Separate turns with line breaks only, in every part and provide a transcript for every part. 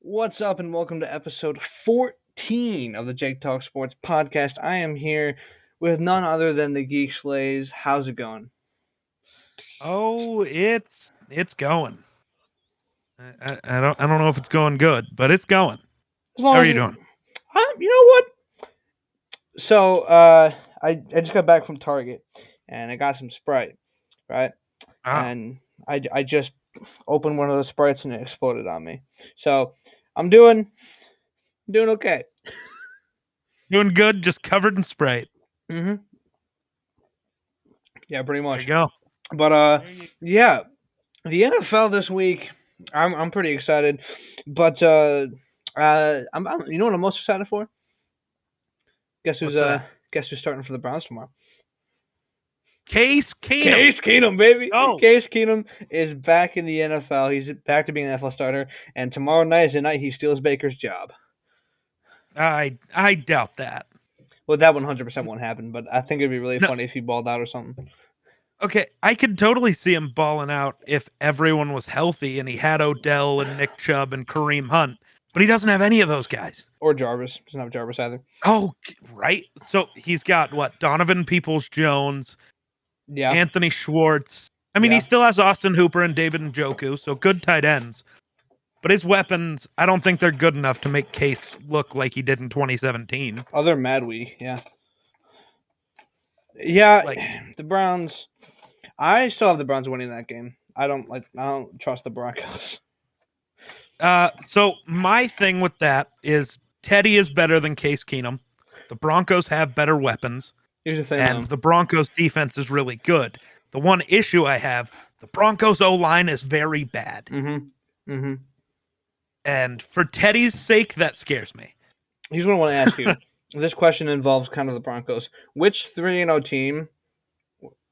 What's up, and welcome to episode 14 of the Jake Talk Sports podcast. I am here with none other than the Geek Slays. How's it going?
Oh, it's it's going. I, I, I don't I don't know if it's going good, but it's going.
As
How
long
are
as
you doing?
I, you know what? So, uh, I, I just got back from Target and I got some Sprite, right?
Ah,
and I, I just opened one of those sprites and it exploded on me. So I'm doing doing okay.
doing good, just covered in Sprite.
Mm-hmm. Yeah, pretty
There you
much.
go.
But uh, yeah, the NFL this week, I'm I'm pretty excited. But uh, uh, I'm, I'm you know what I'm most excited for? Guess who's
What's
uh
that?
guess who's starting for the Browns tomorrow?
Case Keenum. Oh.
Case Keenum, baby.
Go.
Case Keenum is back in the NFL. He's back to being an NFL starter, and tomorrow night is the night he steals Baker's job.
I I doubt that.
Well, that one hundred percent won't happen, but I think it'd be really
No.
funny if he balled out or something.
Okay, I could totally see him balling out if everyone was healthy and he had Odell and Nick Chubb and Kareem Hunt, but he doesn't have any of those guys.
Or Jarvis doesn't have Jarvis either.
Oh, g- right. So he's got what? Donovan Peoples Jones,
Yeah,
Anthony Schwartz. I mean,
Yeah.
he still has Austin Hooper and David Njoku, so good tight ends. But his weapons, I don't think they're good enough to make Case look like he did in 2017.
other Oh, Mad Week. Yeah, yeah.
Like-
the Browns. I still have the Browns winning that game. I don't like. I don't trust the Broncos.
Uh, so my thing with that is Teddy is better than Case Keenum. The Broncos have better weapons,
Here's the thing.
and
though.
the Broncos defense is really good. The one issue I have, the Broncos O line is very bad,
Mm-hmm. Mm-hmm.
and for Teddy's sake, that scares me.
Here's what I want to ask you. this question involves kind of the Broncos. Which three and O team?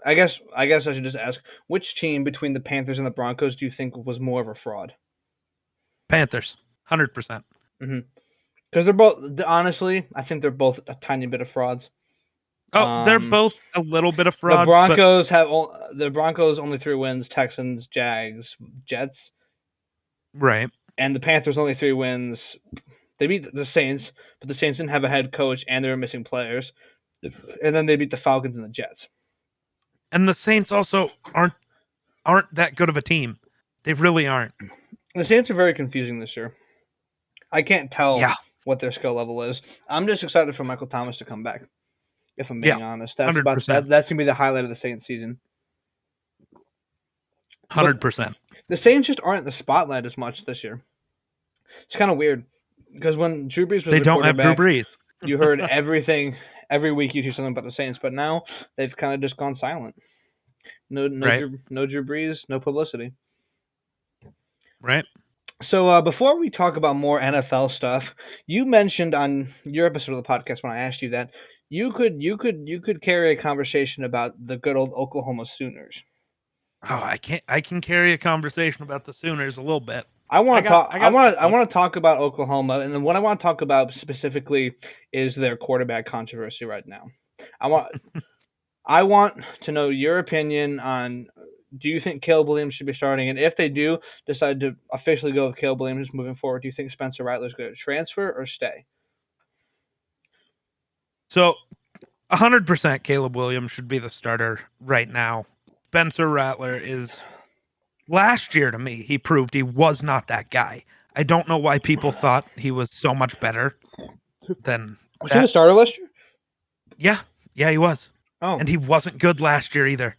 I guess. I guess I should just ask. Which team between the Panthers and the Broncos do you think was more of a fraud?
Panthers, hundred percent.
Because they're both, th- honestly, I think they're both a tiny bit of frauds.
Oh, they're
Um,
both a little bit of frauds.
the Broncos have all, the Broncos only three wins: Texans, Jags, Jets,
but, right?
and the Panthers only three wins. They beat the Saints, but the Saints didn't have a head coach, and they were missing players. And then they beat the Falcons and the Jets.
And the Saints also aren't aren't that good of a team. They really aren't.
The Saints are very confusing this year. I can't tell
Yeah.
what their skill level is. I'm just excited for Michael Thomas to come back. If I'm being honest, that's about,
100%.
that, that's gonna be the highlight of the Saints season.
Hundred percent.
the Saints just aren't in the spotlight as much this year. It's kind of weird because when Drew Brees was
They
the
don't have Drew
quarterback,
Brees.
you heard everything every week. You hear something about the Saints, but now they've kind of just gone silent. No, no,
Right.
Drew, no Drew Brees, no publicity.
Right?
So uh, before we talk about more NFL stuff, you mentioned on your episode of the podcast when I asked you that you could you could you could carry a conversation about the good old Oklahoma Sooners.
Oh, I can't. I can carry a conversation about the Sooners a little bit.
I
I
want to
got-
talk.
I
I
got
want to.
some
I
stuff.
want to talk about Oklahoma, and then what I want to talk about specifically is their quarterback controversy right now. I want. I want to know your opinion on. Do you think Caleb Williams should be starting? And if they do decide to officially go with Caleb Williams moving forward, do you think Spencer Rattler's going to transfer or stay?
So, hundred percent, Caleb Williams should be the starter right now. Spencer Rattler is. Last year, to me, he proved he was not that guy. I don't know why people thought he was so much better than.
Was he
That.
the starter last year?
Yeah, yeah, he was,
Oh,
and he wasn't good last year either.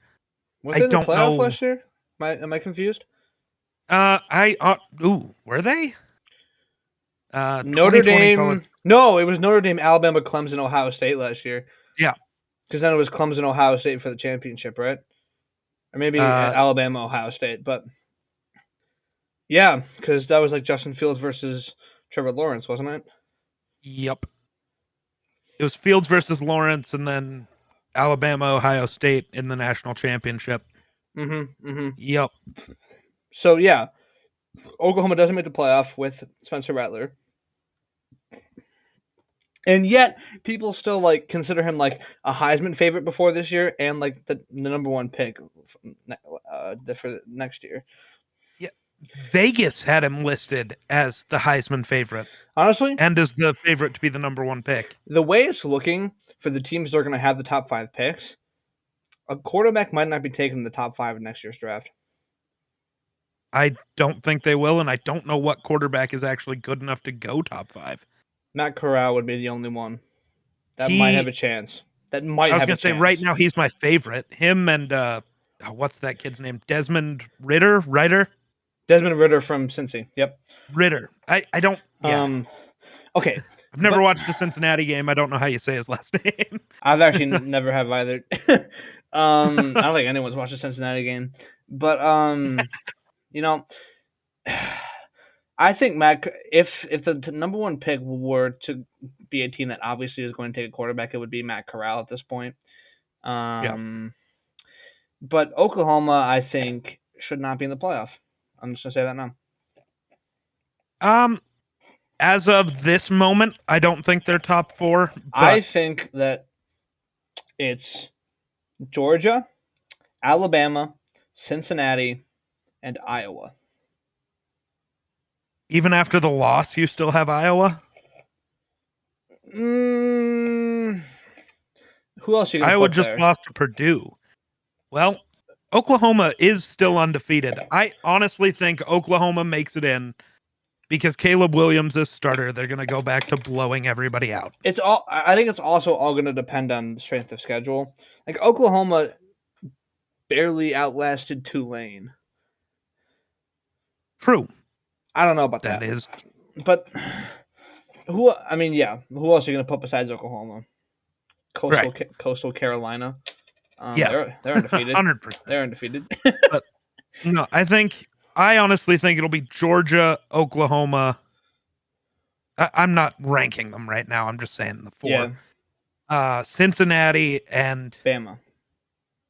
was
I
he in the
don't
playoff
know.
last year? Am I, am I confused?
Uh, I uh, ooh, were they? Uh,
Notre
2020
Dame.
college-
No, it was Notre Dame, Alabama, Clemson, Ohio State last year.
Yeah.
Because then it was Clemson, Ohio State for the championship, right? Or maybe
Uh,
Alabama, Ohio State, but yeah, because that was like Justin Fields versus Trevor Lawrence, wasn't it?
Yep. It was Fields versus Lawrence, and then Alabama, Ohio State in the national championship.
Mm-hmm. Mm-hmm.
Yep.
So yeah, Oklahoma doesn't make the playoff with Spencer Rattler, and yet people still like consider him like a Heisman favorite before this year, and like the, the number one pick uh, for next year.
Vegas had him listed as the Heisman favorite
Honestly,
and as the favorite to be the number one pick.
the way it's looking for the teams that are going to have the top five picks, a quarterback might not be taken in the top five in next year's draft.
I don't think they will, and I don't know what quarterback is actually good enough to go top five.
Matt Corral would be the only one that
He-
might have a chance. That might.
I was
have a
gonna say
chance.
right now he's my favorite. Him and uh, oh, what's that kid's name? Desmond Ritter, Ritter,
Desmond Ritter from Cincy. Yep.
Ritter. I I don't. Yeah,
Um, okay,
I've never
but-
watched the Cincinnati game. I don't know how you say his last name.
I've actually n- never have either. um, I don't think anyone's watched the Cincinnati game, but um, you know, I think Matt, C- if if the t- number one pick were to be a team that obviously is going to take a quarterback, it would be Matt Corral at this point. Um, but Oklahoma, I think, should not be in the playoff. I'm just gonna say that now.
Um, as of this moment, I don't think they're top four. But
I think that it's Georgia, Alabama, Cincinnati, and Iowa.
even after the loss, you still have Iowa.
Mm, who else you going to
Iowa
put
just
there?
lost to Purdue. Well, Oklahoma is still undefeated. I honestly think Oklahoma makes it in because Caleb Williams is starter. They're going to go back to blowing everybody out.
it's all. I I think it's also all going to depend on the strength of schedule. Like Oklahoma barely outlasted Tulane.
True,
I don't know about that,
that is.
but who? I mean, yeah. Who else are you going to put besides Oklahoma? Coastal, Ca- Coastal Carolina. Um,
Yes.
they're, they're undefeated.
100%.
they're undefeated.
No, I think I honestly think it'll be Georgia, Oklahoma. I, I'm not ranking them right now. I'm just saying the four.
Yeah,
Uh, Cincinnati and
Bama.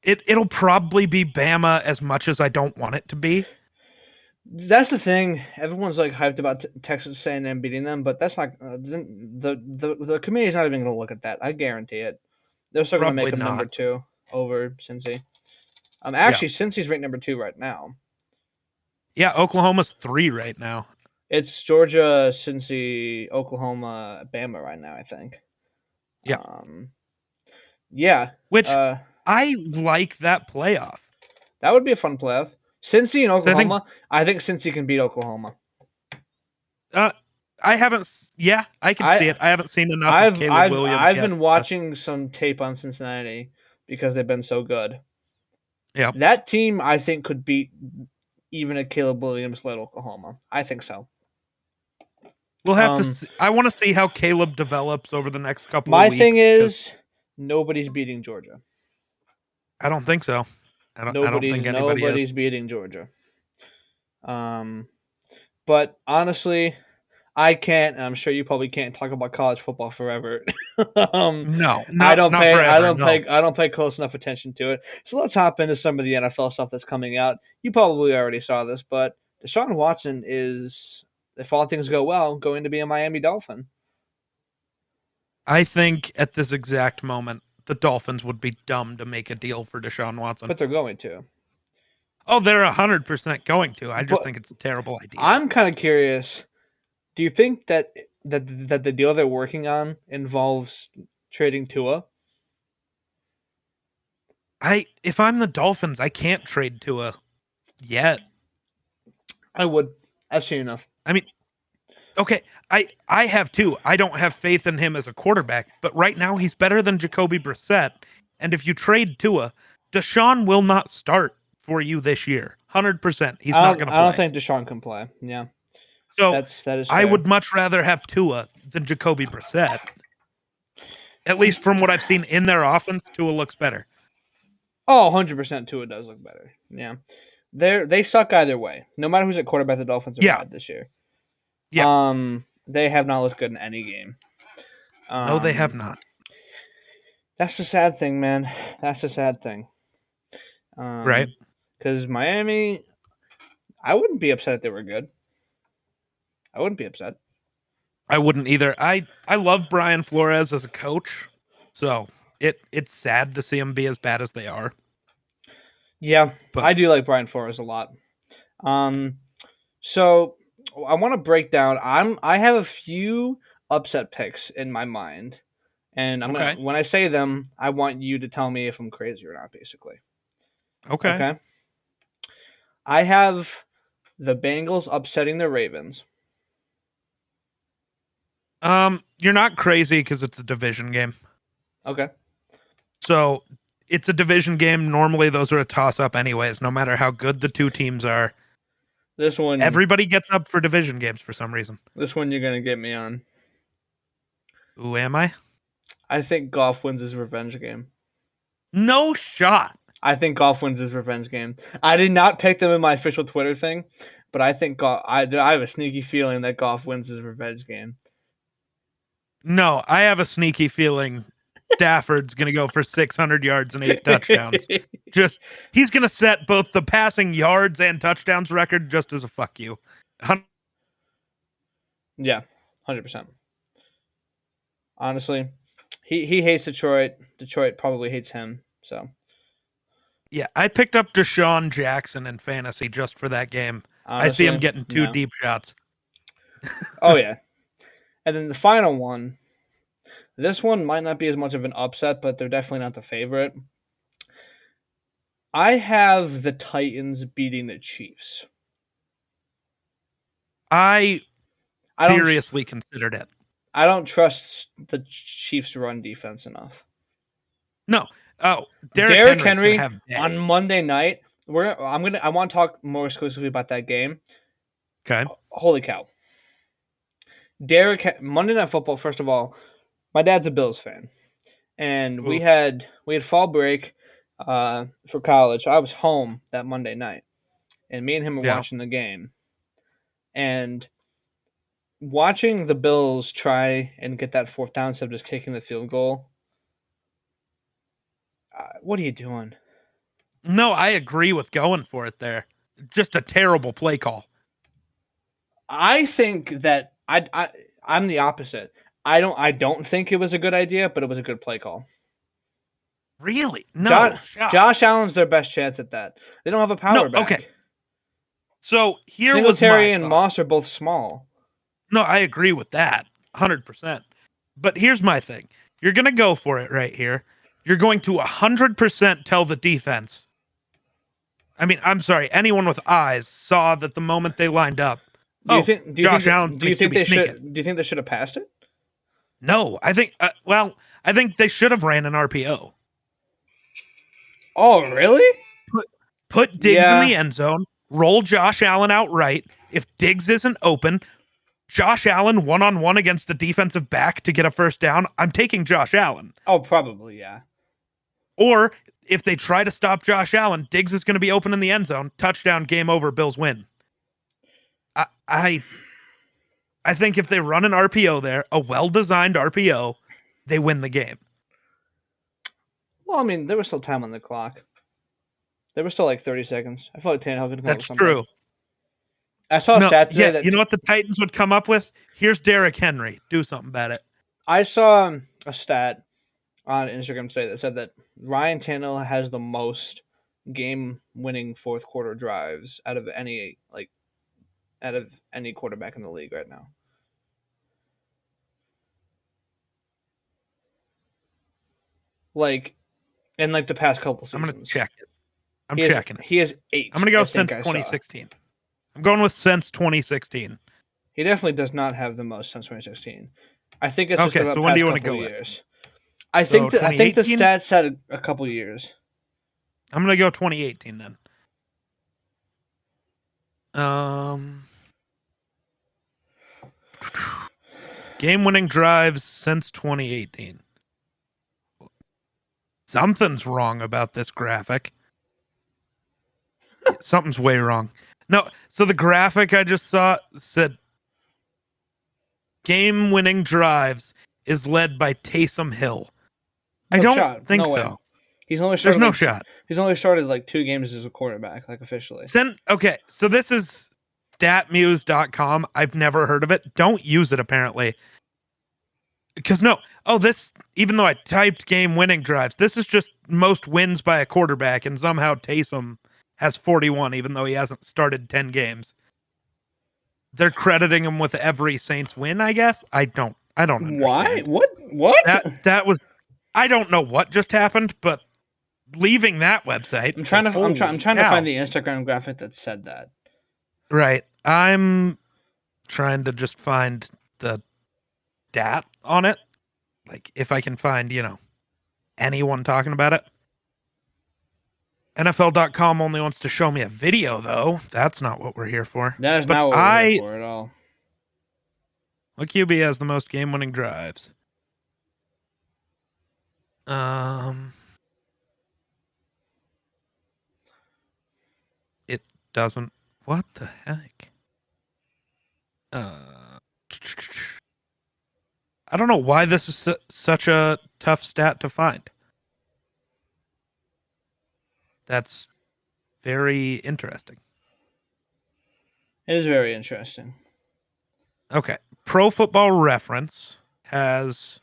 it it'll probably be Bama as much as I don't want it to be.
That's the thing. Everyone's like hyped about T- Texas A&M beating them, but that's not uh, the the the, the committee's not even going to look at that. I guarantee it. They're still going to make them
Probably
number
not.
two over Cincy. Um, actually, Cincy's ranked number two right now.
Yeah, Oklahoma's three right now.
It's Georgia, Cincy, Oklahoma, Bama right now. I think.
Yeah.
Um, yeah.
Which
Uh,
I like that playoff.
that would be a fun playoff. Cincy and
So I think-
Oklahoma. I think, Cincy can beat Oklahoma.
I haven't. s- Yeah, I can
I-
see it. I haven't seen enough of
I've
Caleb
I've,
Williams.
I've
yet.
been watching some tape on Cincinnati because they've been so good.
Yeah.
That team I think could beat even a Caleb Williams led Oklahoma. I think so.
We'll have to.
um,
See, I want to see how Caleb develops over the next couple.
My
of weeks,
thing
'cause
is nobody's beating Georgia.
I don't think so. I don't, I don't
Nobody's
think anybody is.
nobody's beating Georgia. Um but honestly, I can't and I'm sure you probably can't talk about college football forever. um
No,
I
not-
don't
not
pay. I
forever,
don't
no.
pay. I don't pay close enough attention to it. So let's hop into some of the NFL stuff that's coming out. You probably already saw this, but Deshaun Watson is, if all things go well, going to be a Miami Dolphin.
I think at this exact moment, the Dolphins would be dumb to make a deal for Deshaun Watson.
But they're going to.
oh, they're hundred percent going to. I just
But-
think it's a terrible idea.
I'm kind of curious. Do you think that that that the deal they're working on involves trading Tua?
I if I'm the Dolphins, I can't trade Tua yet.
I would. I've seen enough.
Okay, I I have too. I don't have faith in him as a quarterback, but right now he's better than Jacoby Brissett. And if you trade Tua, Deshaun will not start for you this year. Hundred percent, he's
I
not
don't,
going to
I
play.
don't think Deshaun can play. Yeah,
so
that's that is.
I
fair.
would much rather have Tua than Jacoby Brissett. At least from what I've seen in their offense, Tua looks better.
Oh, 100% Tua does look better. Yeah. They're they suck either way. No matter who's at quarterback, the Dolphins are
Yeah.
bad this year.
Yeah.
Um they have not looked good in any game. Um,
no, they have not.
That's the sad thing, man. That's the sad thing. Um,
Right.
Cuz Miami I wouldn't be upset if they were good. I wouldn't be upset.
I wouldn't either. I I love Brian Flores as a coach, so it it's sad to see him be as bad as they are.
Yeah,
But-
I do like Brian Flores a lot. Um, So I want to break down. I'm I have a few upset picks in my mind, and I'm
Okay.
gonna, when I say them, I want you to tell me if I'm crazy or not. Basically,
Okay.
I have the Bengals upsetting the Ravens.
Um, you're not crazy because it's a division game.
Okay.
So it's a division game. Normally, those are a toss up, anyways. No matter how good the two teams are,
This one,
everybody gets up for division games for some reason.
this one you're gonna get me on.
Who am I?
I think Golf wins his revenge game.
No shot.
I think Golf wins his revenge game. I did not pick them in my official Twitter thing, but I think Goff, I I have a sneaky feeling that Golf wins his revenge game.
No, I have a sneaky feeling Stafford's going to go for 600 yards and eight touchdowns. Just he's going to set both the passing yards and touchdowns record just as a fuck you. Hun-
Yeah, hundred percent. Honestly, he he hates Detroit. Detroit probably hates him. So
Yeah, I picked up Deshaun Jackson in fantasy just for that game. I see him
honestly,
getting two
no.
deep shots.
Oh yeah, and then the final one. This one might not be as much of an upset, but they're definitely not the favorite. I have the Titans beating the Chiefs.
I
I don't-
seriously considered it.
I don't trust the Chiefs' run defense enough.
Oh, Derrick,
Derrick
Henry's gonna have
On
day.
Monday night, we're I'm gonna I want to talk more exclusively about that game.
okay.
Holy cow! Derrick Hen- Monday Night Football. First of all, my dad's a Bills fan, and we
Oof.
had we had fall break uh, for college. I was home that Monday night, and me and him were
Yeah.
watching the game, and watching the Bills try and get that fourth down instead of just kicking the field goal. Uh, what are you doing?
No, I agree with going for it there. Just a terrible play call.
I think that I I I'm the opposite. I don't I don't think it was a good idea, but it was a good play call.
Really? No.
Jo-
shot.
Josh Allen's their best chance at that. They don't have a power
Ah. No,
back.
okay. so here was my
Singletary and
thought.
Moss are both small.
No, I agree with that 100%. But here's my thing. You're going to go for it right here. You're going to 100% tell the defense. I mean, I'm sorry. Anyone with eyes saw that the moment they lined up.
Do
Oh,
you think do you
Josh
think,
Allen's
do you
gonna
think
be
they
sneaking.
should do you think they should have passed it?
No, I think uh, well, I think they should have ran an RPO.
Oh, really?
Put Diggs
Yeah.
in the end zone. Roll Josh Allen out right. If Diggs isn't open, Josh Allen one on one against the defensive back to get a first down. I'm taking Josh Allen.
Oh, probably, yeah.
Or if they try to stop Josh Allen, Diggs is going to be open in the end zone. Touchdown, game over. Bills win. I I, I think if they run an RPO there, a well designed RPO, they win the game.
Well, I mean, there was still time on the clock. There was still like 30 seconds. I feel like Tannehill could come up
That's
with something.
true.
I saw a
No,
stat today
yeah,
eh? that
you know what the Titans would come up with? Here's Derrick Henry. Do something about it.
I saw um, a stat on Instagram today that said that Ryan Tannehill has the most game-winning fourth quarter drives out of any like out of any quarterback in the league right now. Like, in like the past couple
I'm
seasons,
gonna check it. I'm
He has-
checking it.
He has eight.
I'm gonna go
I
since
think I saw.
2016. I'm going with since 2016.
He definitely does not have the most since 2016. I think it's just
Okay,
about
so when do
past
you wanna
couple
go with?
years. I think
So
the, I think the
2018?
stats said a, a couple years.
I'm gonna go 2018 then. Um, game-winning drives since 2018. Something's wrong about this graphic. Something's way wrong. No, so the graphic I just saw said game-winning drives is led by Taysom Hill. I
No
don't
shot.
think
No way.
so.
He's only
There's
started
no
like,
shot.
he's only started like two games as a quarterback, like officially.
Send okay, so this is statmuse.com. I've never heard of it. Don't use it apparently. Cause no, oh, this even though I typed game winning drives, this is just most wins by a quarterback, and somehow Taysom has 41, even though he hasn't started 10 games. they're crediting him with every Saints win, I guess. I don't I don't understand.
Why? What? What?
That that was I don't know what just happened, but leaving that website.
I'm trying to.
was-
I'm, try, I'm
holy
trying to
cow.
find the Instagram graphic that said that.
Right. I'm trying to just find the dat on it. Like if I can find, you know, anyone talking about it. NFL.com only wants to show me a video though. That's not what we're here for.
That is
But
not what we're
I-
here for at all.
What QB has the most game winning drives? Um It doesn't what the heck? Uh I don't know why this is su- such a tough stat to find. That's very interesting.
It is very interesting.
Okay. Pro Football Reference has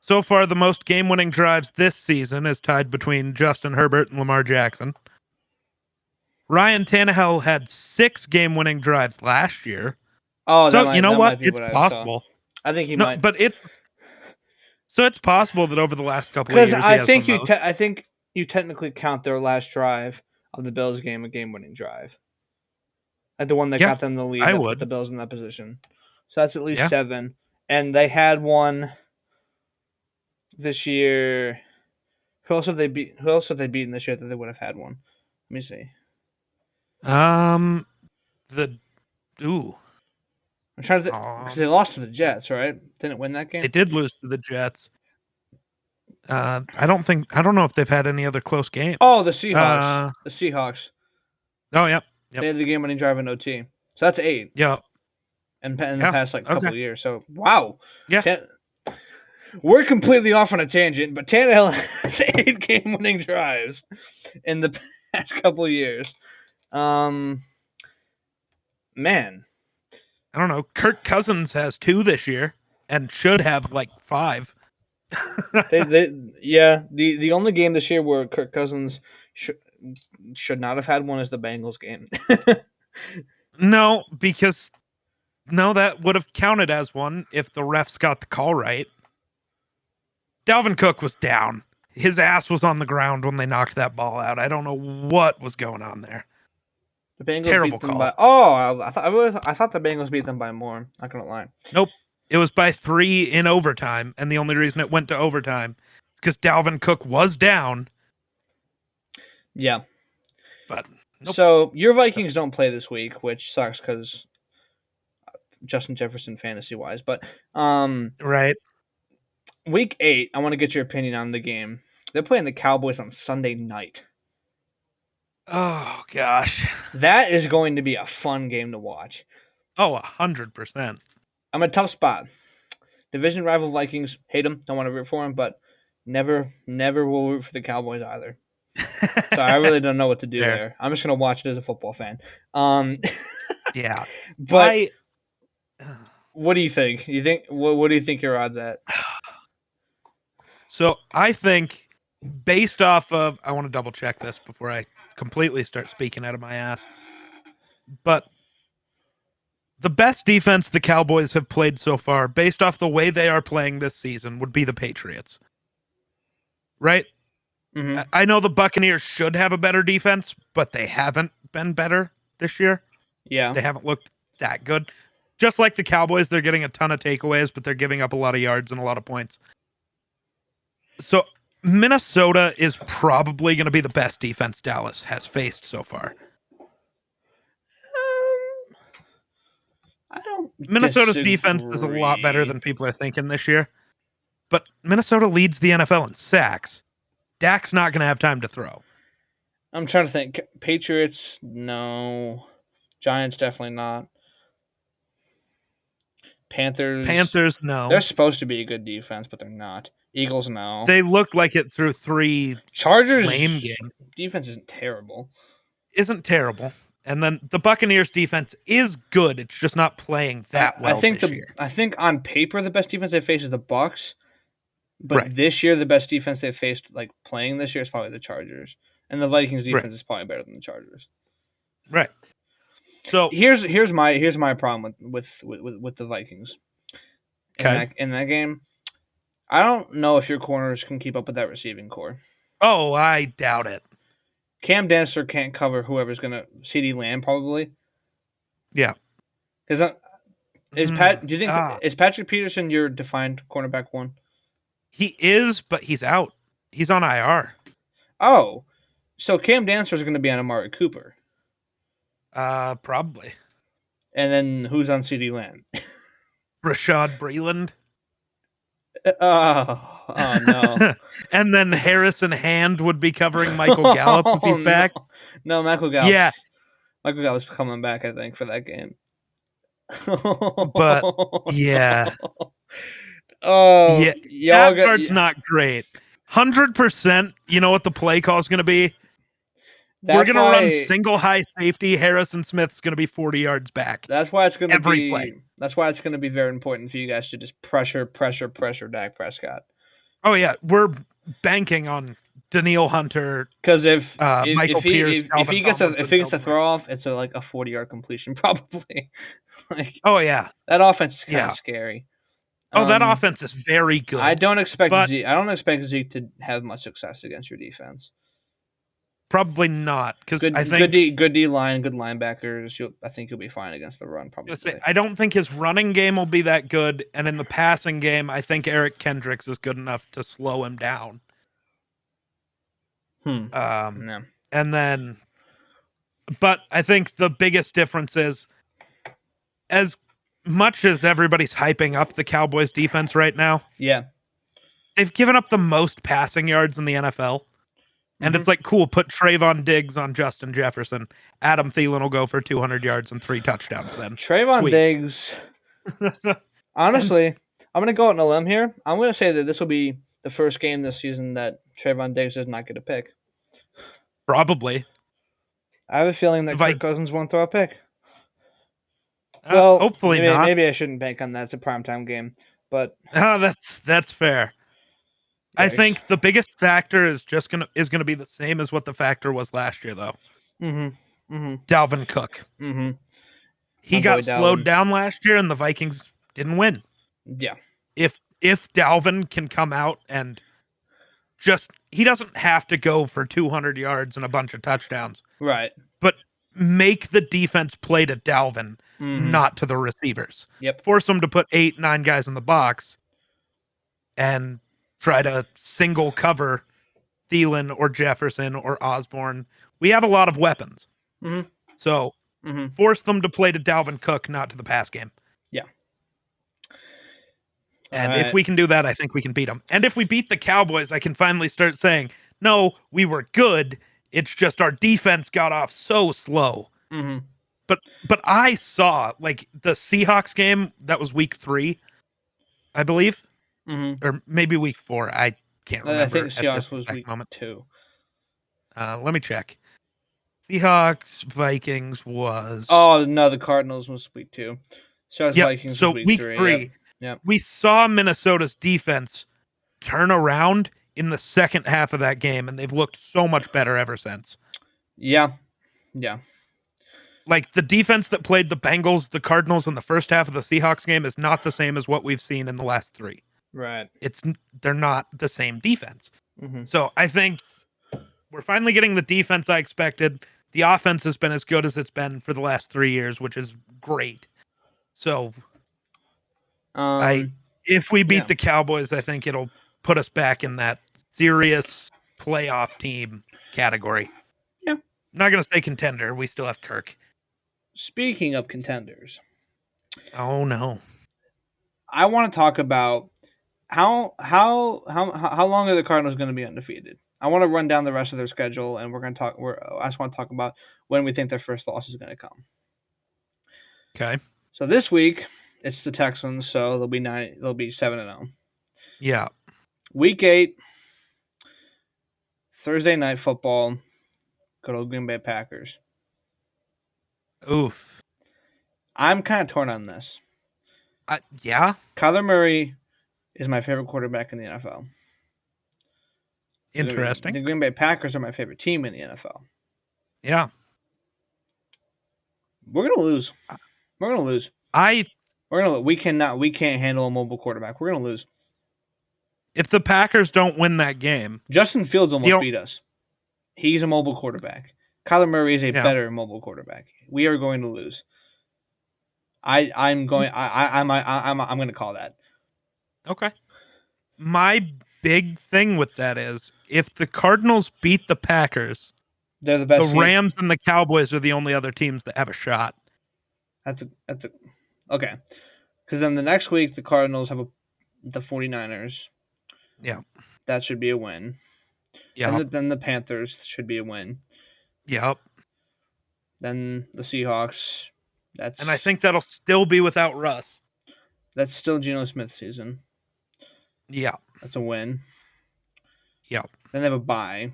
so far the most game winning drives this season is tied between Justin Herbert and Lamar Jackson. Ryan Tannehill had six game winning drives last year.
Oh,
so
that might,
you know
that
what?
might be
It's
what I saw.
possible.
I think he
No,
might.
but it so it's possible that over the last couple of
Because
years, he
I
has
think
the
you,
most.
te- I think you technically count their last drive of the Bills game a game-winning drive, like the one that
Yeah,
got them the lead.
I
that put
would.
the Bills in that position. So that's at least
Yeah.
seven, and they had one this year. Who else have they beat? Who else have they beaten this year that they would have had one? Let me see.
um the ooh
I'm trying to. Th- 'cause
um,
they lost to the Jets, right? Didn't win that game.
They did lose to the Jets. Uh, I don't think I don't know if they've had any other close game.
oh, the Seahawks.
Uh,
the Seahawks.
oh yeah, yep.
They had the game-winning drive in OT. So that's eight.
yeah.
in, pa- in
Yeah,
the past like
okay.
couple of years. So wow,
Yeah.
Tan- we're completely off on a tangent, but Tannehill has eight game winning drives in the past couple of years. Um, man,
I don't know. Kirk Cousins has two this year and should have like five.
they, they, yeah, the the only game this year where Kirk Cousins should should not have had one is the Bengals game.
No, because no, that would have counted as one if the refs got the call right. Dalvin Cook was down. His ass was on the ground when they knocked that ball out. I don't know what was going on there.
The Bengals
Terrible
beat them
call.
by oh, I, I thought I, really, I thought the Bengals beat them by more. Not gonna lie.
It was by three in overtime, and the only reason it went to overtime because Dalvin Cook was down.
Yeah,
But Nope.
So your Vikings don't play this week, which sucks because Justin Jefferson fantasy wise. But um,
right,
week eight, I want to get your opinion on the game. They're playing the Cowboys on Sunday night.
oh gosh,
That is going to be a fun game to watch.
oh a hundred percent.
I'm in a tough spot. Division rival Vikings hate them. Don't want to root for them, but never, never will root for the Cowboys either. So I really don't know what to do
Fair.
there. I'm just gonna watch it as a football fan. Um,
yeah,
but
I-
what do you think? You think what? What do you think your odds at?
So I think, based off of, I want to double check this before I completely start speaking out of my ass. But the best defense the Cowboys have played so far, based off the way they are playing this season, would be the Patriots. Right?
Mhm.
I- I know the Buccaneers should have a better defense, but they haven't been better this year.
Yeah.
They haven't looked that good. Just like the Cowboys, they're getting a ton of takeaways, but they're giving up a lot of yards and a lot of points. So Minnesota is probably going to be the best defense Dallas has faced so far.
Um, I don't.
Minnesota's defense is a lot better
disagree.
than people are thinking this year, but Minnesota leads the NFL in sacks. Dak's not going to have time to throw.
I'm trying to think. Patriots, no. Giants, definitely not. Panthers.
Panthers, no.
They're supposed to be a good defense, but they're not. Eagles, no.
They look like it through three
Chargers.
lame games.
Defense isn't terrible.
Isn't terrible. And then the Buccaneers defense is good. It's just not playing that
I-
well
I think
this
the
year.
I think on paper the best defense they face is the Bucks, but
Right.
this year the best defense they faced like playing this year is probably the Chargers, and the Vikings
Right.
defense is probably better than the Chargers.
Right. So
Here's here's my here's my problem with with with, with the Vikings. In,
Okay.
that, in that game, I don't know if your corners can keep up with that receiving core.
oh, I doubt it.
Cam Dancer can't cover whoever's gonna CD Lamb probably.
Yeah.
Is that is
Mm,
Pat? Do you think
ah.
is Patrick Peterson your defined cornerback one?
He is, but he's out. He's on IR.
Oh, so Cam Dancer is gonna be on Amari Cooper,
Uh, probably
and then who's on CD Lamb?
Rashad Breland.
Oh, oh no.
and then Harrison Hand would be covering Michael Gallup if
Oh,
he's back.
No, no Michael Gallup.
Yeah.
Michael Gallup's coming back. I think for that game.
But, Yeah.
oh
Yeah,
yeah,
That
y'all got,
part's not great. 100%, you know what the play call is going to be? We're
that's
going to
why-
run single high safety. Harrison Smith's going to be 40 yards back.
That's why it's going to
every
be.
play.
That's why it's going to be very important for you guys to just pressure, pressure, pressure Dak Prescott.
Oh, yeah. We're banking on Daniil Hunter.
Because if,
Uh,
if
Michael
if he,
Pierce,
if, if
Dalvin
he gets a
Tomlinson,
if he gets a
Dalvin
throw off, it's a, like a forty yard completion probably. like
Oh, yeah.
that offense is kind
Yeah.
of scary.
Oh, that
Um,
offense is very good.
I don't expect
but-
Zeke. I don't expect Zeke to have much success against your defense.
Probably not because
Good,
I think
good D, good D line, good linebackers. You'll, I think you'll be fine against the run. Probably.
Let's say, I don't think his running game will be that good, and in the passing game, I think Eric Kendricks is good enough to slow him down.
hmm.
Um,
No.
and then, but I think the biggest difference is, as much as everybody's hyping up the Cowboys defense right now,
Yeah.
they've given up the most passing yards in the NFL. And
Mm-hmm.
it's like cool. Put Trayvon Diggs on Justin Jefferson. Adam Thielen will go for 200 yards and three touchdowns. Then
Trayvon
Sweet.
Diggs. Honestly, I'm gonna go out on a limb here. I'm gonna say that this will be the first game this season that Trayvon Diggs does not get a pick.
probably.
I have a feeling that
If I-
Kirk Cousins won't throw a pick.
Uh,
Well,
hopefully
maybe,
not.
Maybe I shouldn't bank on that. It's a primetime game, but
Ah, that's that's fair. I
Yikes.
think the biggest factor is just gonna is gonna be the same as what the factor was last year though.
mm-hmm, mm-hmm,
Dalvin Cook.
mm-hmm,
He
My
got
boy
slowed
Dalvin.
down last year and the Vikings didn't win.
yeah,
If if Dalvin can come out and just he doesn't have to go for 200 yards and a bunch of touchdowns.
right.
Make the defense play to Dalvin,
Mhm.
not to the receivers.
Yep.
Force them to put 8 9 guys in the box and try to single cover Thielen or Jefferson or Osborne. We have a lot of weapons.
Mhm.
So
Mhm.
force them to play to Dalvin Cook, not to the pass game.
Yeah. Uh,
And if
Alright.
we can do that, I think we can beat them. And if we beat the Cowboys, I can finally start saying, no, we were good. It's just our defense got off so slow.
Mhm.
But but I saw like the Seahawks game that was week three, I believe
Mhm.
or maybe week four. I can't
Uh,
remember.
I think
at this
Seahawks was
exact
week
moment.
two.
Uh, let me check. Seahawks Vikings was
Oh no, the Cardinals was week two. Seahawks
Yep,
Vikings
so
was week, three. yep. Yep.
we saw Minnesota's defense turn around in the second half of that game, and they've looked so much better ever since.
Yeah, yeah.
Like the defense that played the Bengals, the Cardinals, in the first half of the Seahawks game is not the same as what we've seen in the last three.
Right.
It's n- they're not the same defense.
Mm-hmm.
So I think we're finally getting the defense I expected. The offense has been as good as it's been for the last three years, which is great. So
Um,
I- if we beat
Yeah.
the Cowboys, I think it'll put us back in that serious playoff team category.
Yeah.
Not going to say contender. We still have Kirk.
speaking of contenders,
Oh, no.
I want to talk about how how how how long are the Cardinals going to be undefeated? I want to run down the rest of their schedule, and we're going to talk. We're, I just want to talk about when we think their first loss is going to come.
Okay.
So this week it's the Texans, so they'll be nine. They'll be seven and zero.
Yeah.
Week eight, Thursday night football. Good old Green Bay Packers.
Oof.
I'm kind of torn on this.
I, yeah.
Kyler Murray is my favorite quarterback in the NFL. The Green-
Interesting.
The Green Bay Packers are my favorite team in the NFL.
Yeah.
We're gonna lose.
Uh,
We're gonna lose.
I
We're gonna. We cannot. We can't handle a mobile quarterback. We're gonna lose.
if the Packers don't win that game,
Justin Fields almost
You know-
beat us. He's a mobile quarterback. Kyler Murray is a
Yeah.
better mobile quarterback. We are going to lose. I I'm going. I, I I'm I, I'm I'm going to call that.
okay. My big thing with that is if the Cardinals beat the Packers,
They're the best.
the
team.
Rams and the Cowboys are the only other teams that have a shot.
That's a, that's a, okay. Because then the next week the Cardinals have a the 49ers.
Yeah.
That should be a win.
Yeah.
And the, then the Panthers should be a win.
Yep.
Then the Seahawks. That's
And I think that'll still be without Russ.
that's still Geno Smith season.
Yeah.
That's a win.
Yep.
Then they have a bye,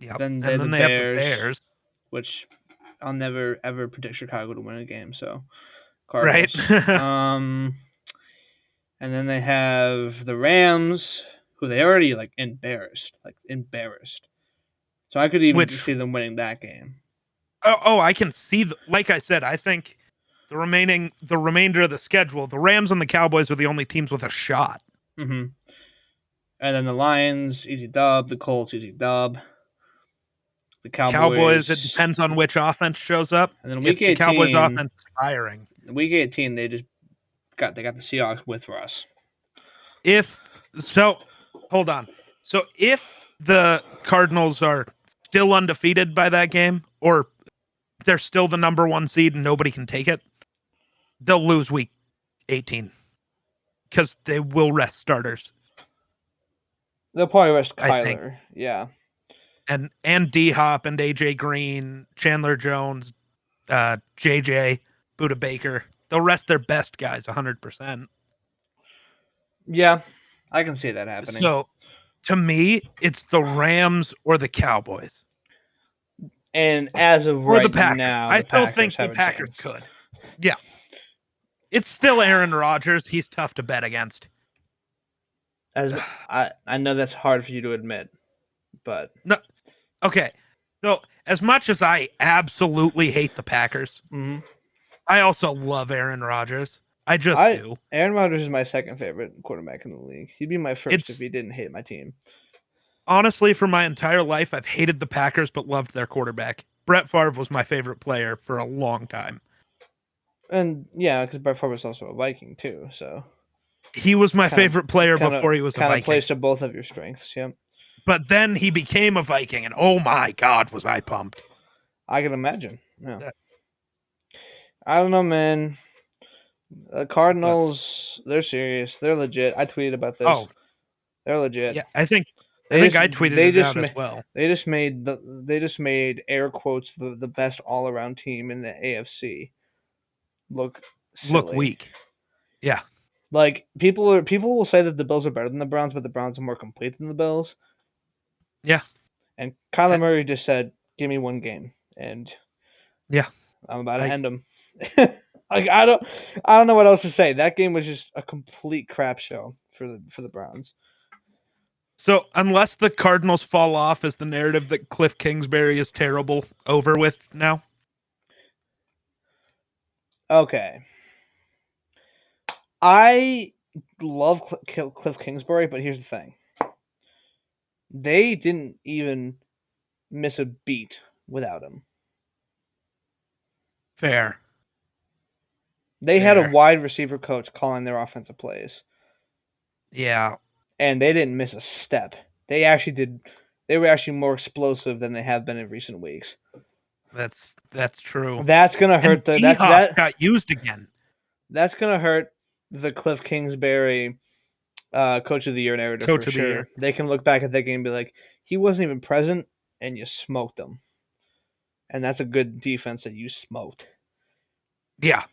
Yep.
Then
and
they're
then
the
they
Bears.
have the Bears.
which I'll never ever predict Chicago to win a game. So,
Right.
Cardinals. um, and then they have the Rams, who they already like embarrassed, like embarrassed. So I could even
Which-
see them winning that game.
oh, oh, I can see the, like I said, I think the remaining the remainder of the schedule, the Rams and the Cowboys are the only teams with a shot.
hmm And then the Lions, easy dub. The Colts, easy dub. The Cowboys.
Cowboys, it depends on which offense shows up.
And then
If
week
the
18,
Cowboys offense is firing.
week 18, they just got they got the Seahawks with Russ.
If so, hold on. So if the Cardinals are still undefeated by that game, or they're still the number one seed and nobody can take it, they'll lose week 18 because they will rest starters
They'll probably rest
I think.
Kyler. Yeah.
and and D Hop and AJ Green, Chandler Jones, uh, JJ, Buda Baker. They'll rest their best guys 100. percent
Yeah. I can see that happening.
So, to me, it's the Rams or the Cowboys
and as of
or
right
the Packers.
now,
I
the
still
Packers
think the
have a
Packers
chance.
could. Yeah, it's still Aaron Rodgers. He's tough to bet against.
As I, I know that's hard for you to admit, but
Okay, so as much as I absolutely hate the Packers,
mhm.
I also love Aaron Rodgers. I just
I-
do.
Aaron Rodgers is my second favorite quarterback in the league. He'd be my first
It's-
if he didn't hate my team.
honestly, for my entire life, I've hated the Packers but loved their quarterback. Brett Favre was my favorite player for a long time.
And yeah, because Brett Favre was also a Viking too, so
He was my
Kinda-
favorite player
kinda-
before he was a
kind
Viking.
of plays to both of your strengths. Yeah,
But then he became a Viking, and oh my God, was I pumped.
I can imagine. Yeah.
That-
I don't know, man. The Cardinals, they're serious. They're legit. I tweeted about this.
Oh,
They're legit.
yeah. I think I
They
think
just-
I tweeted
they
it
just
out
ma-
as well.
They just made the they just made air quotes the, the best all around team in the AFC look
Look
silly.
weak.
Like people are people will say that the Bills are better than the Browns, but the Browns are more complete than the Bills.
Yeah.
And Kyler
And-
Murray just said, "Give me one game," and
Yeah.
I'm about to
I-
end him. like I don't I don't know what else to say. That game was just a complete crap show for the for the Browns.
So unless the Cardinals fall off, is the narrative that Cliff Kingsbury is terrible over with now?
Okay. I love Cl- Cl- Cliff Kingsbury, but here's the thing. They didn't even miss a beat without him.
Fair.
They had a
Fair.
wide receiver coach calling their offensive plays,
Yeah.
and they didn't miss a step. They actually did. They were actually more explosive than they have been in recent weeks.
That's that's true.
That's gonna hurt
And
the.
D-Hop
That's, that,
got used again.
that's gonna hurt the Cliff Kingsbury uh, coach of the year narrative.
Coach
for
of the
sure.
year.
They can look back at that game and be like, he wasn't even present, and you smoked them. And that's a good defense that you smoked.
Yeah.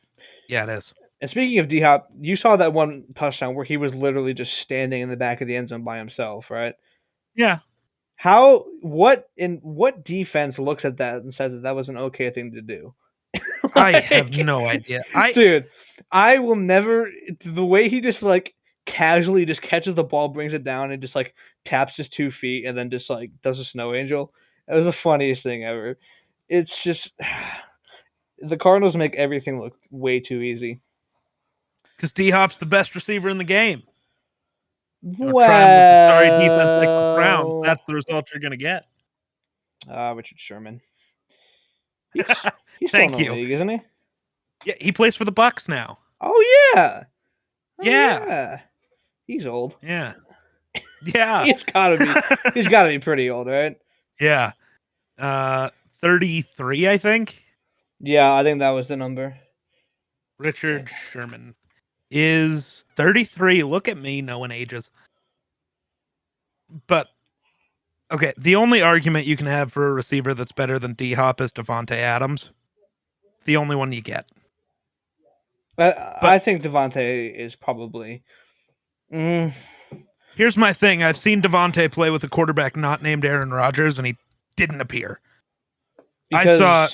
Yeah, it is.
And speaking of D Hop, you saw that one touchdown where he was literally just standing in the back of the end zone by himself, right?
Yeah.
How? What in what defense looks at that and says that that was an okay thing to do?
I have
Like-
no idea. I
dude, I will never. The way he just like casually just catches the ball, brings it down, and just like taps his two feet, and then just like does a snow angel. It was the funniest thing ever. It's just The Cardinals make everything look way too easy.
Because D Hop's the best receiver in the game. Or
Well,
try him with the sorry defense like the Browns. That's the result you're going to get.
Ah, Richard Sherman. He's, he's
Thank
still in
you.
the league, isn't he?
Yeah, he plays for the Bucks now.
Oh yeah. Oh,
Yeah.
He's old.
Yeah. Yeah.
He's gotta be. he's gotta be pretty old, right?
yeah. Uh, 33, I think.
Yeah, I think that was the number.
Richard Sherman is 33. Look at me knowing ages. But okay, the only argument you can have for a receiver that's better than D Hop is Devonte Adams. It's the only one you get.
I, I think Devontae is probably. Mm,
Here's my thing: I've seen Devonte play with a quarterback not named Aaron Rodgers, and he didn't appear. I
because
saw-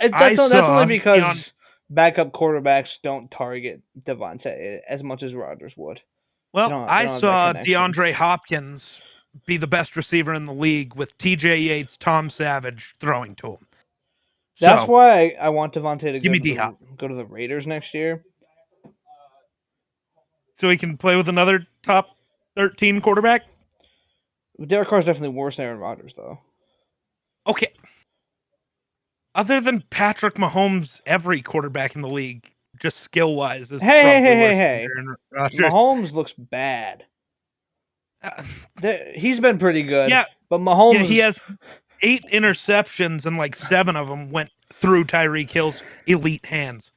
It, that's,
I
on- that's
saw
only because
Deion-
backup quarterbacks don't target Devontae as much as Rodgers would.
Well,
don't- they
I
don't have that
saw
connection.
DeAndre Hopkins be the best receiver in the league with T.J. Yates, Tom Savage throwing to him.
That's
So-
why I, I want Devontae to
Give
go,
me
to the,
D-Hop.
go to the Raiders next year.
so he can play with another top 13 quarterback.
Derek Carr's definitely worse than Aaron Rodgers, though.
Okay. Other than Patrick Mahomes, every quarterback in the league, just skill wise, is
Hey, hey,
probably
hey, hey,
worse
hey.
than Aaron Rodgers.
Mahomes looks bad.
Uh,
There- he's been pretty good.
Yeah.
but Mahomes.
yeah, he has eight interceptions and like seven of them went through Tyreek Hill's elite hands.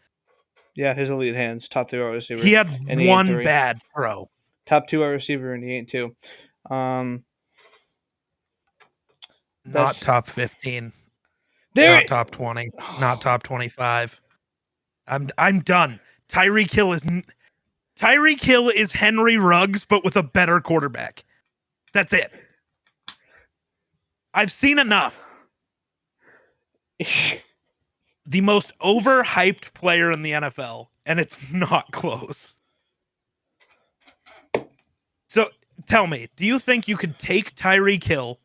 yeah, his elite hands, top three wide receiver,
He had
And he had
one
three.
bad throw.
top two wide receiver, and he ain't two. Um,
Not
That's-
top 15,
there.
not top 20, not top 25. I'm I'm done. Tyreek Hill is n- Tyreek Hill is Henry Ruggs, but with a better quarterback. That's it. I've seen enough. The most overhyped player in the NFL, and it's not close. So tell me, do you think you could take Tyreek Hill,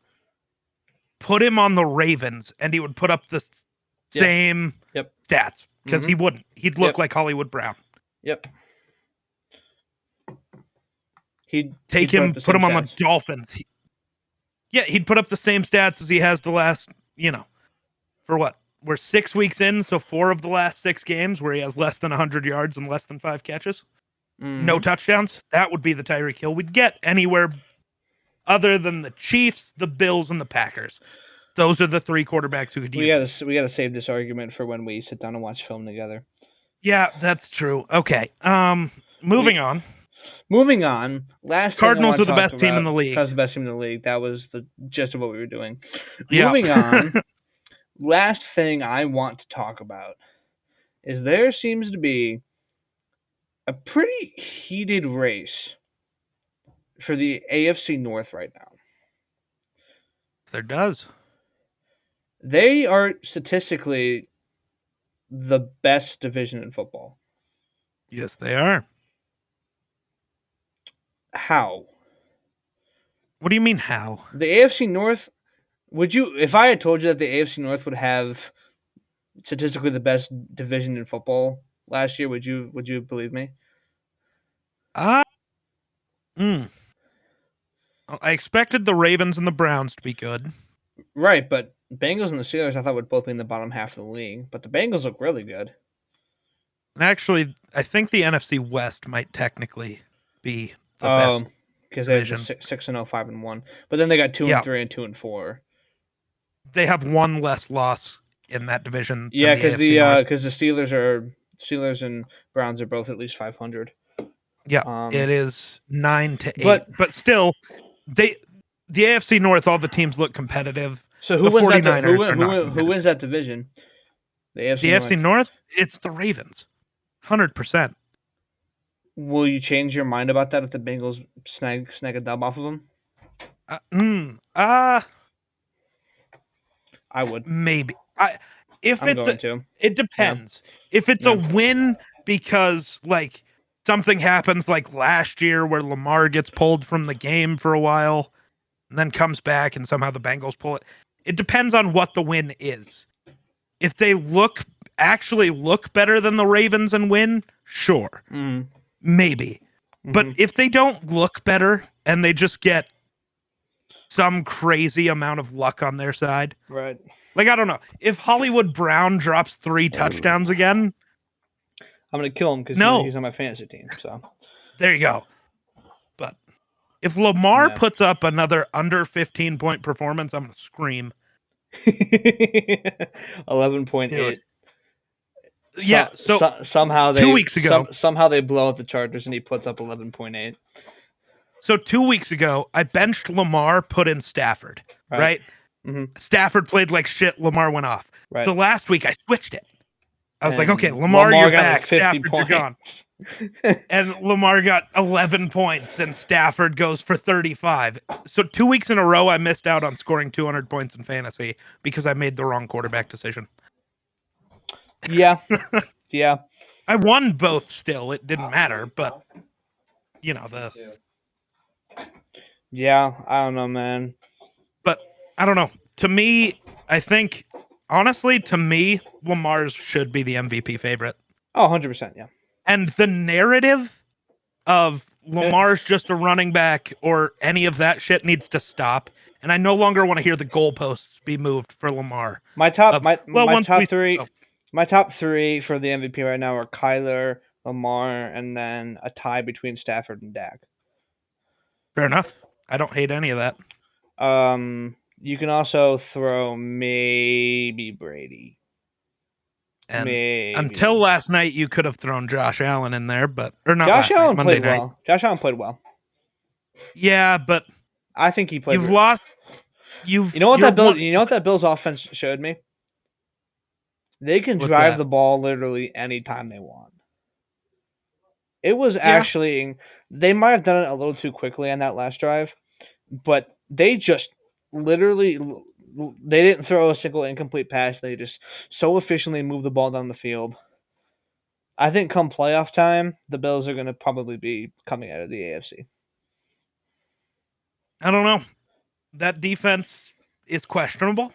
put him on the Ravens, and he would put up the s-
Yes.
same
Yep. Mm-hmm.
stats? Because he wouldn't. He'd look
Yep.
like Hollywood Brown.
yep. He'd
take
he'd
him,
up the
put him
same
on the
stats.
Dolphins. He- yeah, he'd put up the same stats as he has the last, you know, for what? We're six weeks in, so four of the last six games where he has less than 100 yards and less than five catches, no
Mhm.
touchdowns. That would be the Tyreek Hill we'd get anywhere other than the Chiefs, the Bills, and the Packers. Those are the three quarterbacks who could use.
Mm-hmm. we gotta s- we gotta save this argument for when we sit down and watch film together.
Yeah, that's true. Okay. Um, moving on.
Moving on, last thing I
Cardinals
wanna
are the
talk
best team in
about-
the league.
That was the best team in the league. That was the gist of what we were doing.
Yeah.
Moving on. last thing I want to talk about is there seems to be a pretty heated race for the AFC North right now.
There does.
They are statistically the best division in football.
Yes, they are.
How?
What do you mean, how?
The AFC North, would you, if I had told you that the AFC North would have statistically the best division in football last year, would you, would you believe me?
Uh, mm. Oh, I expected the Ravens and the Browns to be good.
Right, but Bengals and the Steelers I thought would both be in the bottom half of the league, but the Bengals look really good.
And actually, I think the NFC West might technically be the
Um,
best.
because they have the
division.
six, six and oh, five and one, but then they got two
Yeah.
and three and two and four.
They have one less loss in that division. than
Yeah, because
AFC
the
North.
because the Steelers are Steelers and Browns are both at least five hundred.
Yeah,
um,
it is nine to eight. But,
but-
still, they the AFC North, all the teams look competitive.
So who
the
wins that? di- Who,
49ers
win-
are
who,
not
win- who
competitive.
wins that division? The AFC.
The AFC
North.
North, it's the Ravens, hundred percent.
Will you change your mind about that if the Bengals snag snag a dub off of them?
Uh, mm, uh,
I would.
maybe. I if
I'm
it's
going
a,
to.
It depends. If it's a win because like something happens like last year where Lamar gets pulled from the game for a while and then comes back and somehow the Bengals pull it. It depends on what the win is. If they look actually look better than the Ravens and win, sure,
Mm,
maybe. But
mhm.
if they don't look better and they just get some crazy amount of luck on their side,
right,
like I don't know, if Hollywood Brown drops three touchdowns again,
I'm gonna kill him because
No.
he's on my fantasy team. So
there you go. But if Lamar
Yeah.
puts up another under 15 point performance, I'm going to scream.
eleven point eight.
Yeah, so
somehow they
two weeks ago-
somehow they blow out the Chargers and he puts up eleven point eight.
so 2 weeks ago, I benched Lamar, put in Stafford,
Right.
right?
Mhm.
Stafford played like shit, Lamar went off.
Right.
So last week I switched it. I was like,
And
okay, Lamar, you're
got, like,
back.
50
Stafford, you're
points.
gone. And Lamar got 11 points, and Stafford goes for 35. So two weeks in a row, I missed out on scoring 200 points in fantasy because I made the wrong quarterback decision.
Yeah, yeah.
I won both still. It didn't matter, but you know the
Yeah, I don't know, man.
I don't know. To me, I think honestly, to me, Lamar's should be the MVP favorite.
Oh, 100%, yeah.
and the narrative of Lamar's just a running back or any of that shit needs to stop. And I no longer want to hear the goalposts be moved for Lamar.
My top
Of-
my,
well,
my
once
top
we-
3
oh.
my top 3 for the MVP right now are Kyler, Lamar, and then a tie between Stafford and Dak.
Fair enough. I don't hate any of that.
Um you can also throw maybe Brady.
And
maybe.
until last night, you could have thrown Josh Allen in there, but or not.
Josh
last night,
Allen
Monday
played
night.
well. Josh Allen played well.
Yeah, but
I think he played.
you've
re-
lost. You've
you know what
you're
that Bill,
one-
you know what that Bills offense showed me? They can
What's
drive
that?
the ball literally anytime they want. It was actually they might have done it a little too quickly on that last drive, but they just literally l- l- they didn't throw a single incomplete pass. They just so efficiently moved the ball down the field. I think come playoff time, the Bills are going to probably be coming out of the AFC.
I don't know. That defense is questionable,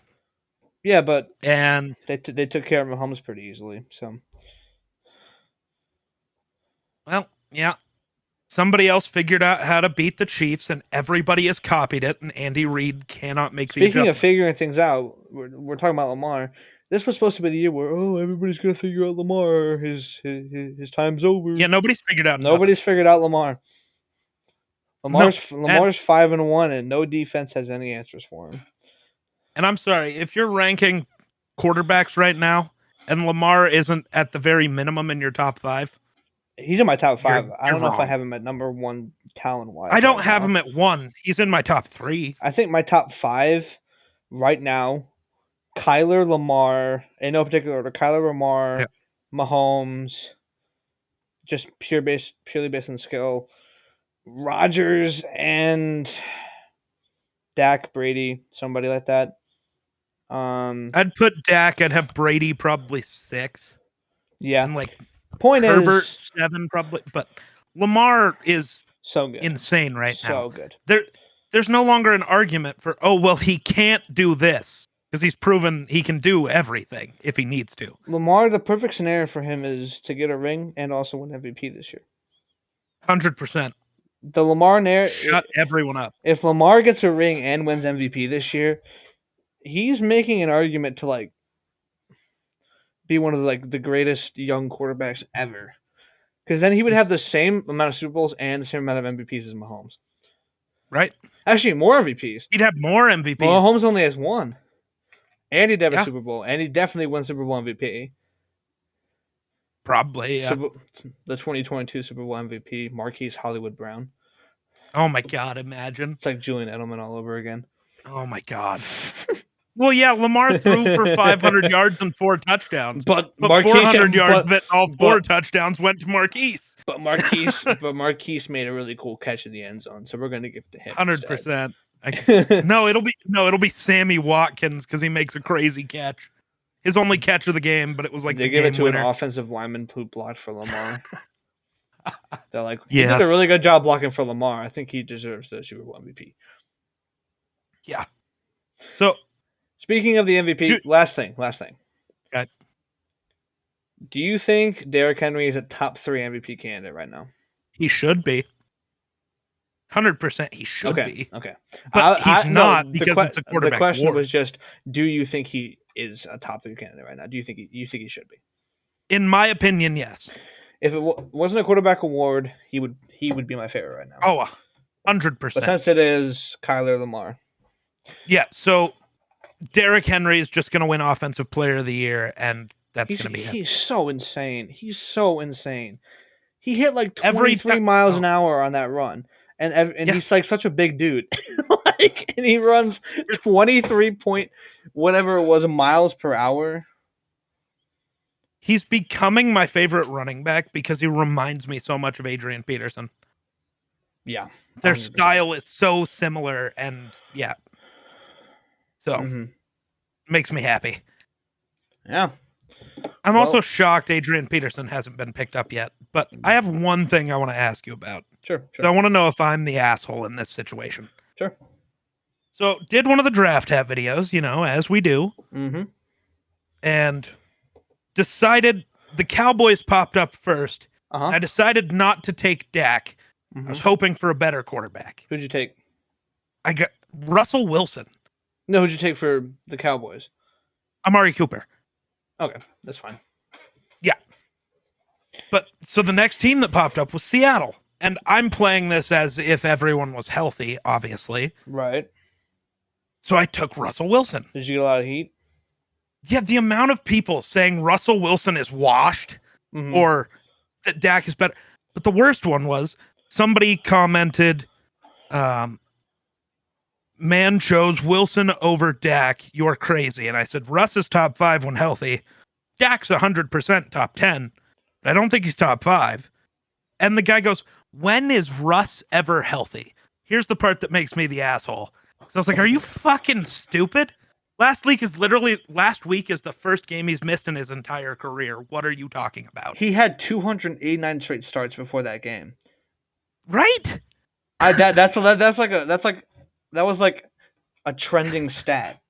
Yeah, but
and
they t- they took care of Mahomes pretty easily. So
Well, yeah. Somebody else figured out how to beat the Chiefs, and everybody has copied it. And Andy Reid cannot make the
Speaking
adjustment.
of figuring things out, we're, we're talking about Lamar. This was supposed to be the year where oh everybody's gonna figure out Lamar. His his, his, his time's over.
yeah, nobody's figured out. nothing.
nobody's figured out Lamar. Lamar's Lamar's five and one, and no defense has any answers for him.
And I'm sorry if you're ranking quarterbacks right now, and Lamar isn't at the very minimum in your top five.
He's in my top 5 I
you're
don't know if I
wrong.
have him at number one talent wise.
I don't have him at one. He's in my top three.
I think my top five right now: Kyler Lamar, in no particular order, Kyler Lamar,
Yeah.
Mahomes, just pure base, purely based on skill. Rogers and Dak Brady, somebody like that. Um,
I'd put Dak. I'd have Brady probably six,
yeah.
and like
Point
Herbert
is,
seven probably. But Lamar is
so good,
insane right now.
so good.
there there's no longer an argument for oh well he can't do this because he's proven he can do everything if he needs to
Lamar, the perfect scenario for him is to get a ring and also win MVP this year.
100%
The Lamar narrative,
shut everyone up
if Lamar gets a ring and wins MVP this year, he's making an argument to like be one of like the greatest young quarterbacks ever. Because then he would have the same amount of Super Bowls and the same amount of MVPs as Mahomes.
right
Actually, more MVPs.
he'd have more mvps
Mahomes only has one, and he'd have a
Yeah.
Super Bowl, and he definitely won Super Bowl MVP.
probably yeah.
Super, the 2022 Super Bowl MVP, Marquise Hollywood Brown.
oh my god imagine
It's like Julian Edelman all over again.
oh my god well yeah lamar threw for 500 yards and four touchdowns
But,
but
Marquise
400
and- but-
yards of it all four
but-
touchdowns went to marquise
But Marquise, but Marquise made a really cool catch in the end zone, so we're going to give it to him.
100%
percent.
no it'll be no it'll be sammy watkins because he makes a crazy catch his only catch of the game but it was like
they
the
give
game
it to
winner
an offensive lineman who blocked for Lamar. They're like, he
Yes.
did a really good job blocking for Lamar. I think he deserves the Super Bowl MVP.
so
Speaking of the MVP,
Ju-
last thing, last thing.
Okay.
Do you think Derrick Henry is a top three MVP candidate right now?
He should be. Hundred percent, he should
okay.
be.
Okay.
But
I- I-
he's
no,
not
the
because
que-
it's a
The
quarterback
question
war.
was just, do you think he is a top three candidate right now? Do you think he, you think he should be?
In my opinion, yes.
If it w- wasn't a quarterback award, he would he would be my favorite right now.
Oh, a hundred
but
percent.
since it is Kyler Lamar,
Yeah. So Derrick Henry is just going to win Offensive Player of the Year, and that's
he's,
going to be it.
he's so insane. He's so insane. He hit like twenty
Every
three
tou-
miles
oh.
an hour on that run, and ev- and
Yeah.
he's like such a big dude, like and he runs twenty three point whatever it was miles per hour.
He's becoming my favorite running back because he reminds me so much of Adrian Peterson.
Yeah,
Their
100%.
style is so similar, and yeah. So
Mhm.
makes me happy.
yeah.
I'm also
Well-
shocked Adrian Peterson hasn't been picked up yet. But I have one thing I want to ask you about.
Sure. sure.
So I want to know if I'm the asshole in this situation.
Sure.
So did one of the draft hat videos, you know, as we do,
mm-hmm.
and decided the Cowboys popped up first.
Uh huh.
I decided not to take Dak. I was hoping for a better quarterback.
Mm-hmm. Who'd you take?
I got Russell Wilson,
No, who'd you take for the Cowboys?
Amari Cooper.
Okay, that's fine.
But so the next team that popped up was Seattle. And I'm playing this as if everyone was healthy, obviously.
Right.
So I took Russell Wilson.
Did you get a lot of heat?
Yeah, the amount of people saying Russell Wilson is washed
Mhm.
or that Dak is better. But the worst one was somebody commented, um, man chose Wilson over Dak. You're crazy. And I said, Russ is top five when healthy. Dak's 100% top 10. I don't think he's top five. And the guy goes, when is Russ ever healthy? Here's the part that makes me the asshole. So I was like, are you fucking stupid? Last week is literally last week is the first game he's missed in his entire career. What are you talking about?
he had 289 straight starts before that game.
Right?
I that that's that, that's like a that's like that was like a trending stat.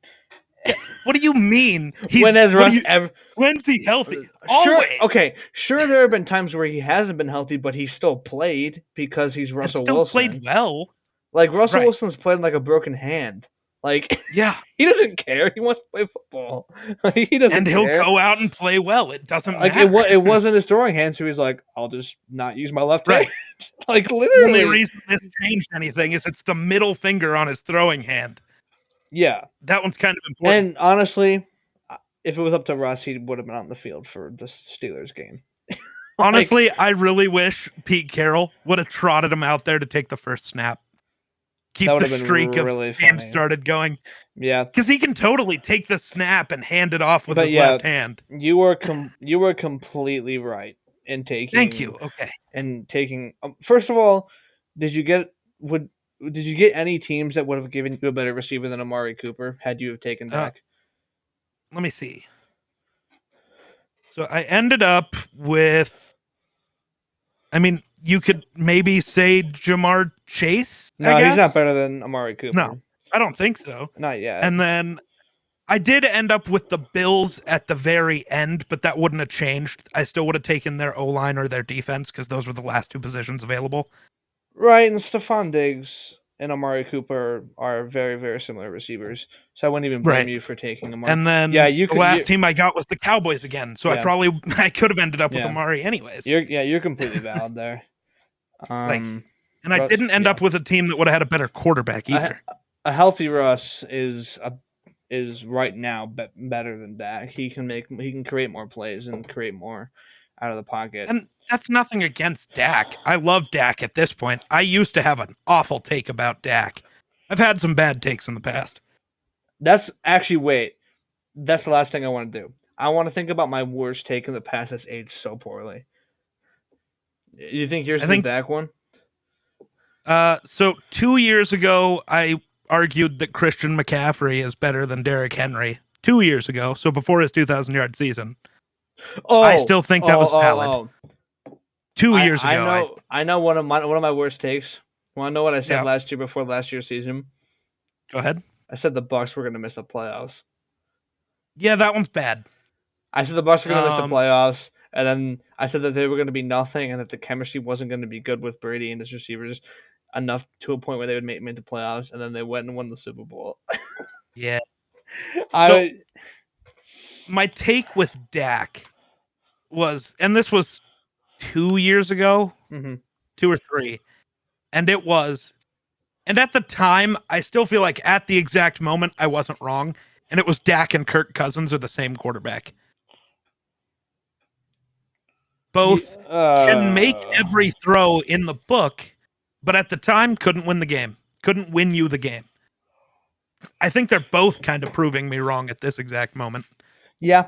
What do you mean? He's,
when has
what do
Russ
you-
ever?
when's he healthy?
Sure,
Always.
okay, sure. There have been times where he hasn't been healthy, but he still played because he's
And
Russell
still
Wilson.
played well.
like Russell
right.
Wilson's playing like a broken hand. Like
Yeah,
he doesn't care. He wants to play football. Like, he doesn't.
and he'll
care.
go out and play well. It doesn't
Like
matter.
it, wa- it wasn't his throwing hand, so he's like, "I'll just not use my left
Right.
hand." like
the
literally,
only reason this changed anything is it's the middle finger on his throwing hand.
yeah.
That one's kind of important.
And honestly, uh, if it was up to Russ, he would have been on the field for the Steelers game.
Honestly, I really wish Pete Carroll would have trotted him out there to take the first snap. Keep
That would
the
have been
streak of
really
fans
funny.
started going
Yeah,
because he can totally take the snap and hand it off with
But
his
yeah,
left hand.
you were com- you were completely right in taking.
Thank you. Okay.
And taking um, first of all, did you get would did you get any teams that would have given you a better receiver than Amari Cooper had you have taken
Uh,
Dak?
let me see. So I ended up with. I mean, you could maybe say Jamar Chase.
no,
I guess?
he's not better than Amari Cooper.
I don't think so.
not yet.
And then I did end up with the Bills at the very end, but that wouldn't have changed. I still would have taken their O line or their defense because those were the last two positions available.
right, and Stephon Diggs and Amari Cooper are very very similar receivers, so I wouldn't even blame
Right.
you for taking Amari.
And then
Yeah, you
the
could-
last
you-
team I got was the Cowboys again. So I
Yeah.
probably I could have ended up with
Yeah.
Amari anyways.
You're yeah, you're completely valid there. Um,
Like, and I
Ru-
didn't end
yeah.
up with a team that would have had a better quarterback
I-
either.
a healthy Russ is a, is right now be- better than Dak. He can make he can create more plays and create more out of the pocket.
And that's nothing against Dak. I love Dak at this point. I used to have an awful take about Dak. I've had some bad takes in the past.
That's actually wait. That's the last thing I want to do. I want to think about my worst take in the past that's aged so poorly. You think yours
I
is the
think-
Dak one?
Uh, so two years ago, I argued that Christian McCaffrey is better than Derrick Henry. Two years ago, so before his 2,000 yard season,
Oh,
I still think that was valid. two
I-
years ago,
I
I-
know. I, know one of my one of my worst takes. Want to know what I said
Yeah.
last year before last year's season?
go ahead.
I said the Bucks were going to miss the playoffs.
Yeah, that one's bad.
I said the Bucks were going to miss
Um,
the playoffs, And then I said that they were going to be nothing and that the chemistry wasn't going to be good with Brady and his receivers enough to a point where they would make me into playoffs. And then they went and won the Super Bowl.
Yeah.
I
So- My take with Dak was, and this was two years ago,
Mhm.
two or three, and it was, and at the time, I still feel like at the exact moment I wasn't wrong, and it was Dak and Kirk Cousins are the same quarterback. Both can make
Uh,
every throw in the book, but at the time couldn't win the game. Couldn't win you the game. I think they're both kind of proving me wrong at this exact moment.
Yeah.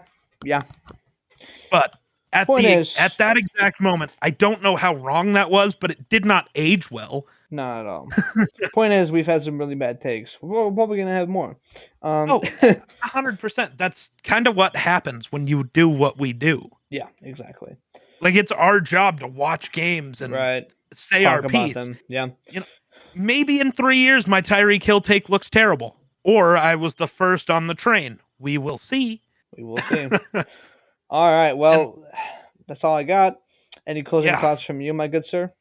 But at
Point
the
is-
at that exact moment, I don't know how wrong that was, but it did not age well.
Not at all. Point is, we've had some really bad takes. We're probably gonna have more. Um,
Oh. A hundred percent. That's kind of what happens when you do what we do.
yeah, exactly.
Like it's our job to watch games and
Right.
say
Talk
our
about
piece.
them. Yeah.
maybe in three years my Tyreek Hill take looks terrible. Or I was the first on the train. We will see.
We will see. all right. Well, that's all I got. Any closing
Yeah.
thoughts from you, my good sir?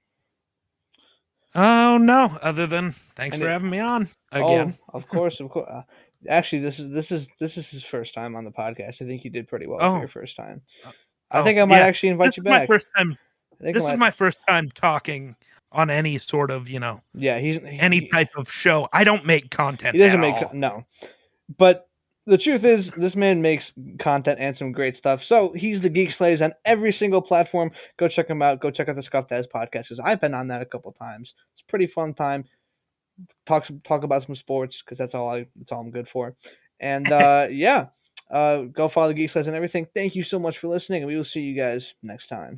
Oh no! Other than thanks
And
for
it-
having me on again.
Oh, of course, of course. Uh, actually, this is this is this is his first time on the podcast. I think you did pretty well
Oh.
for your first time.
Oh,
I think I might
yeah.
actually invite
this
you
is my
back.
first time.
I think I
This is
might-
my first time talking on any sort of you know
yeah. He's he-
any
he-
type of show. I don't make content.
he doesn't
at
make
all.
co- no but the truth is this man makes content and some great stuff so he's the geek slays on every single platform go check him out go check out the scuff dad's podcast because i've been on that a couple times it's a pretty fun time talk some- talk about some sports because that's all i that's all i'm good for and uh yeah uh go follow the geek slays and everything thank you so much for listening and we will see you guys next time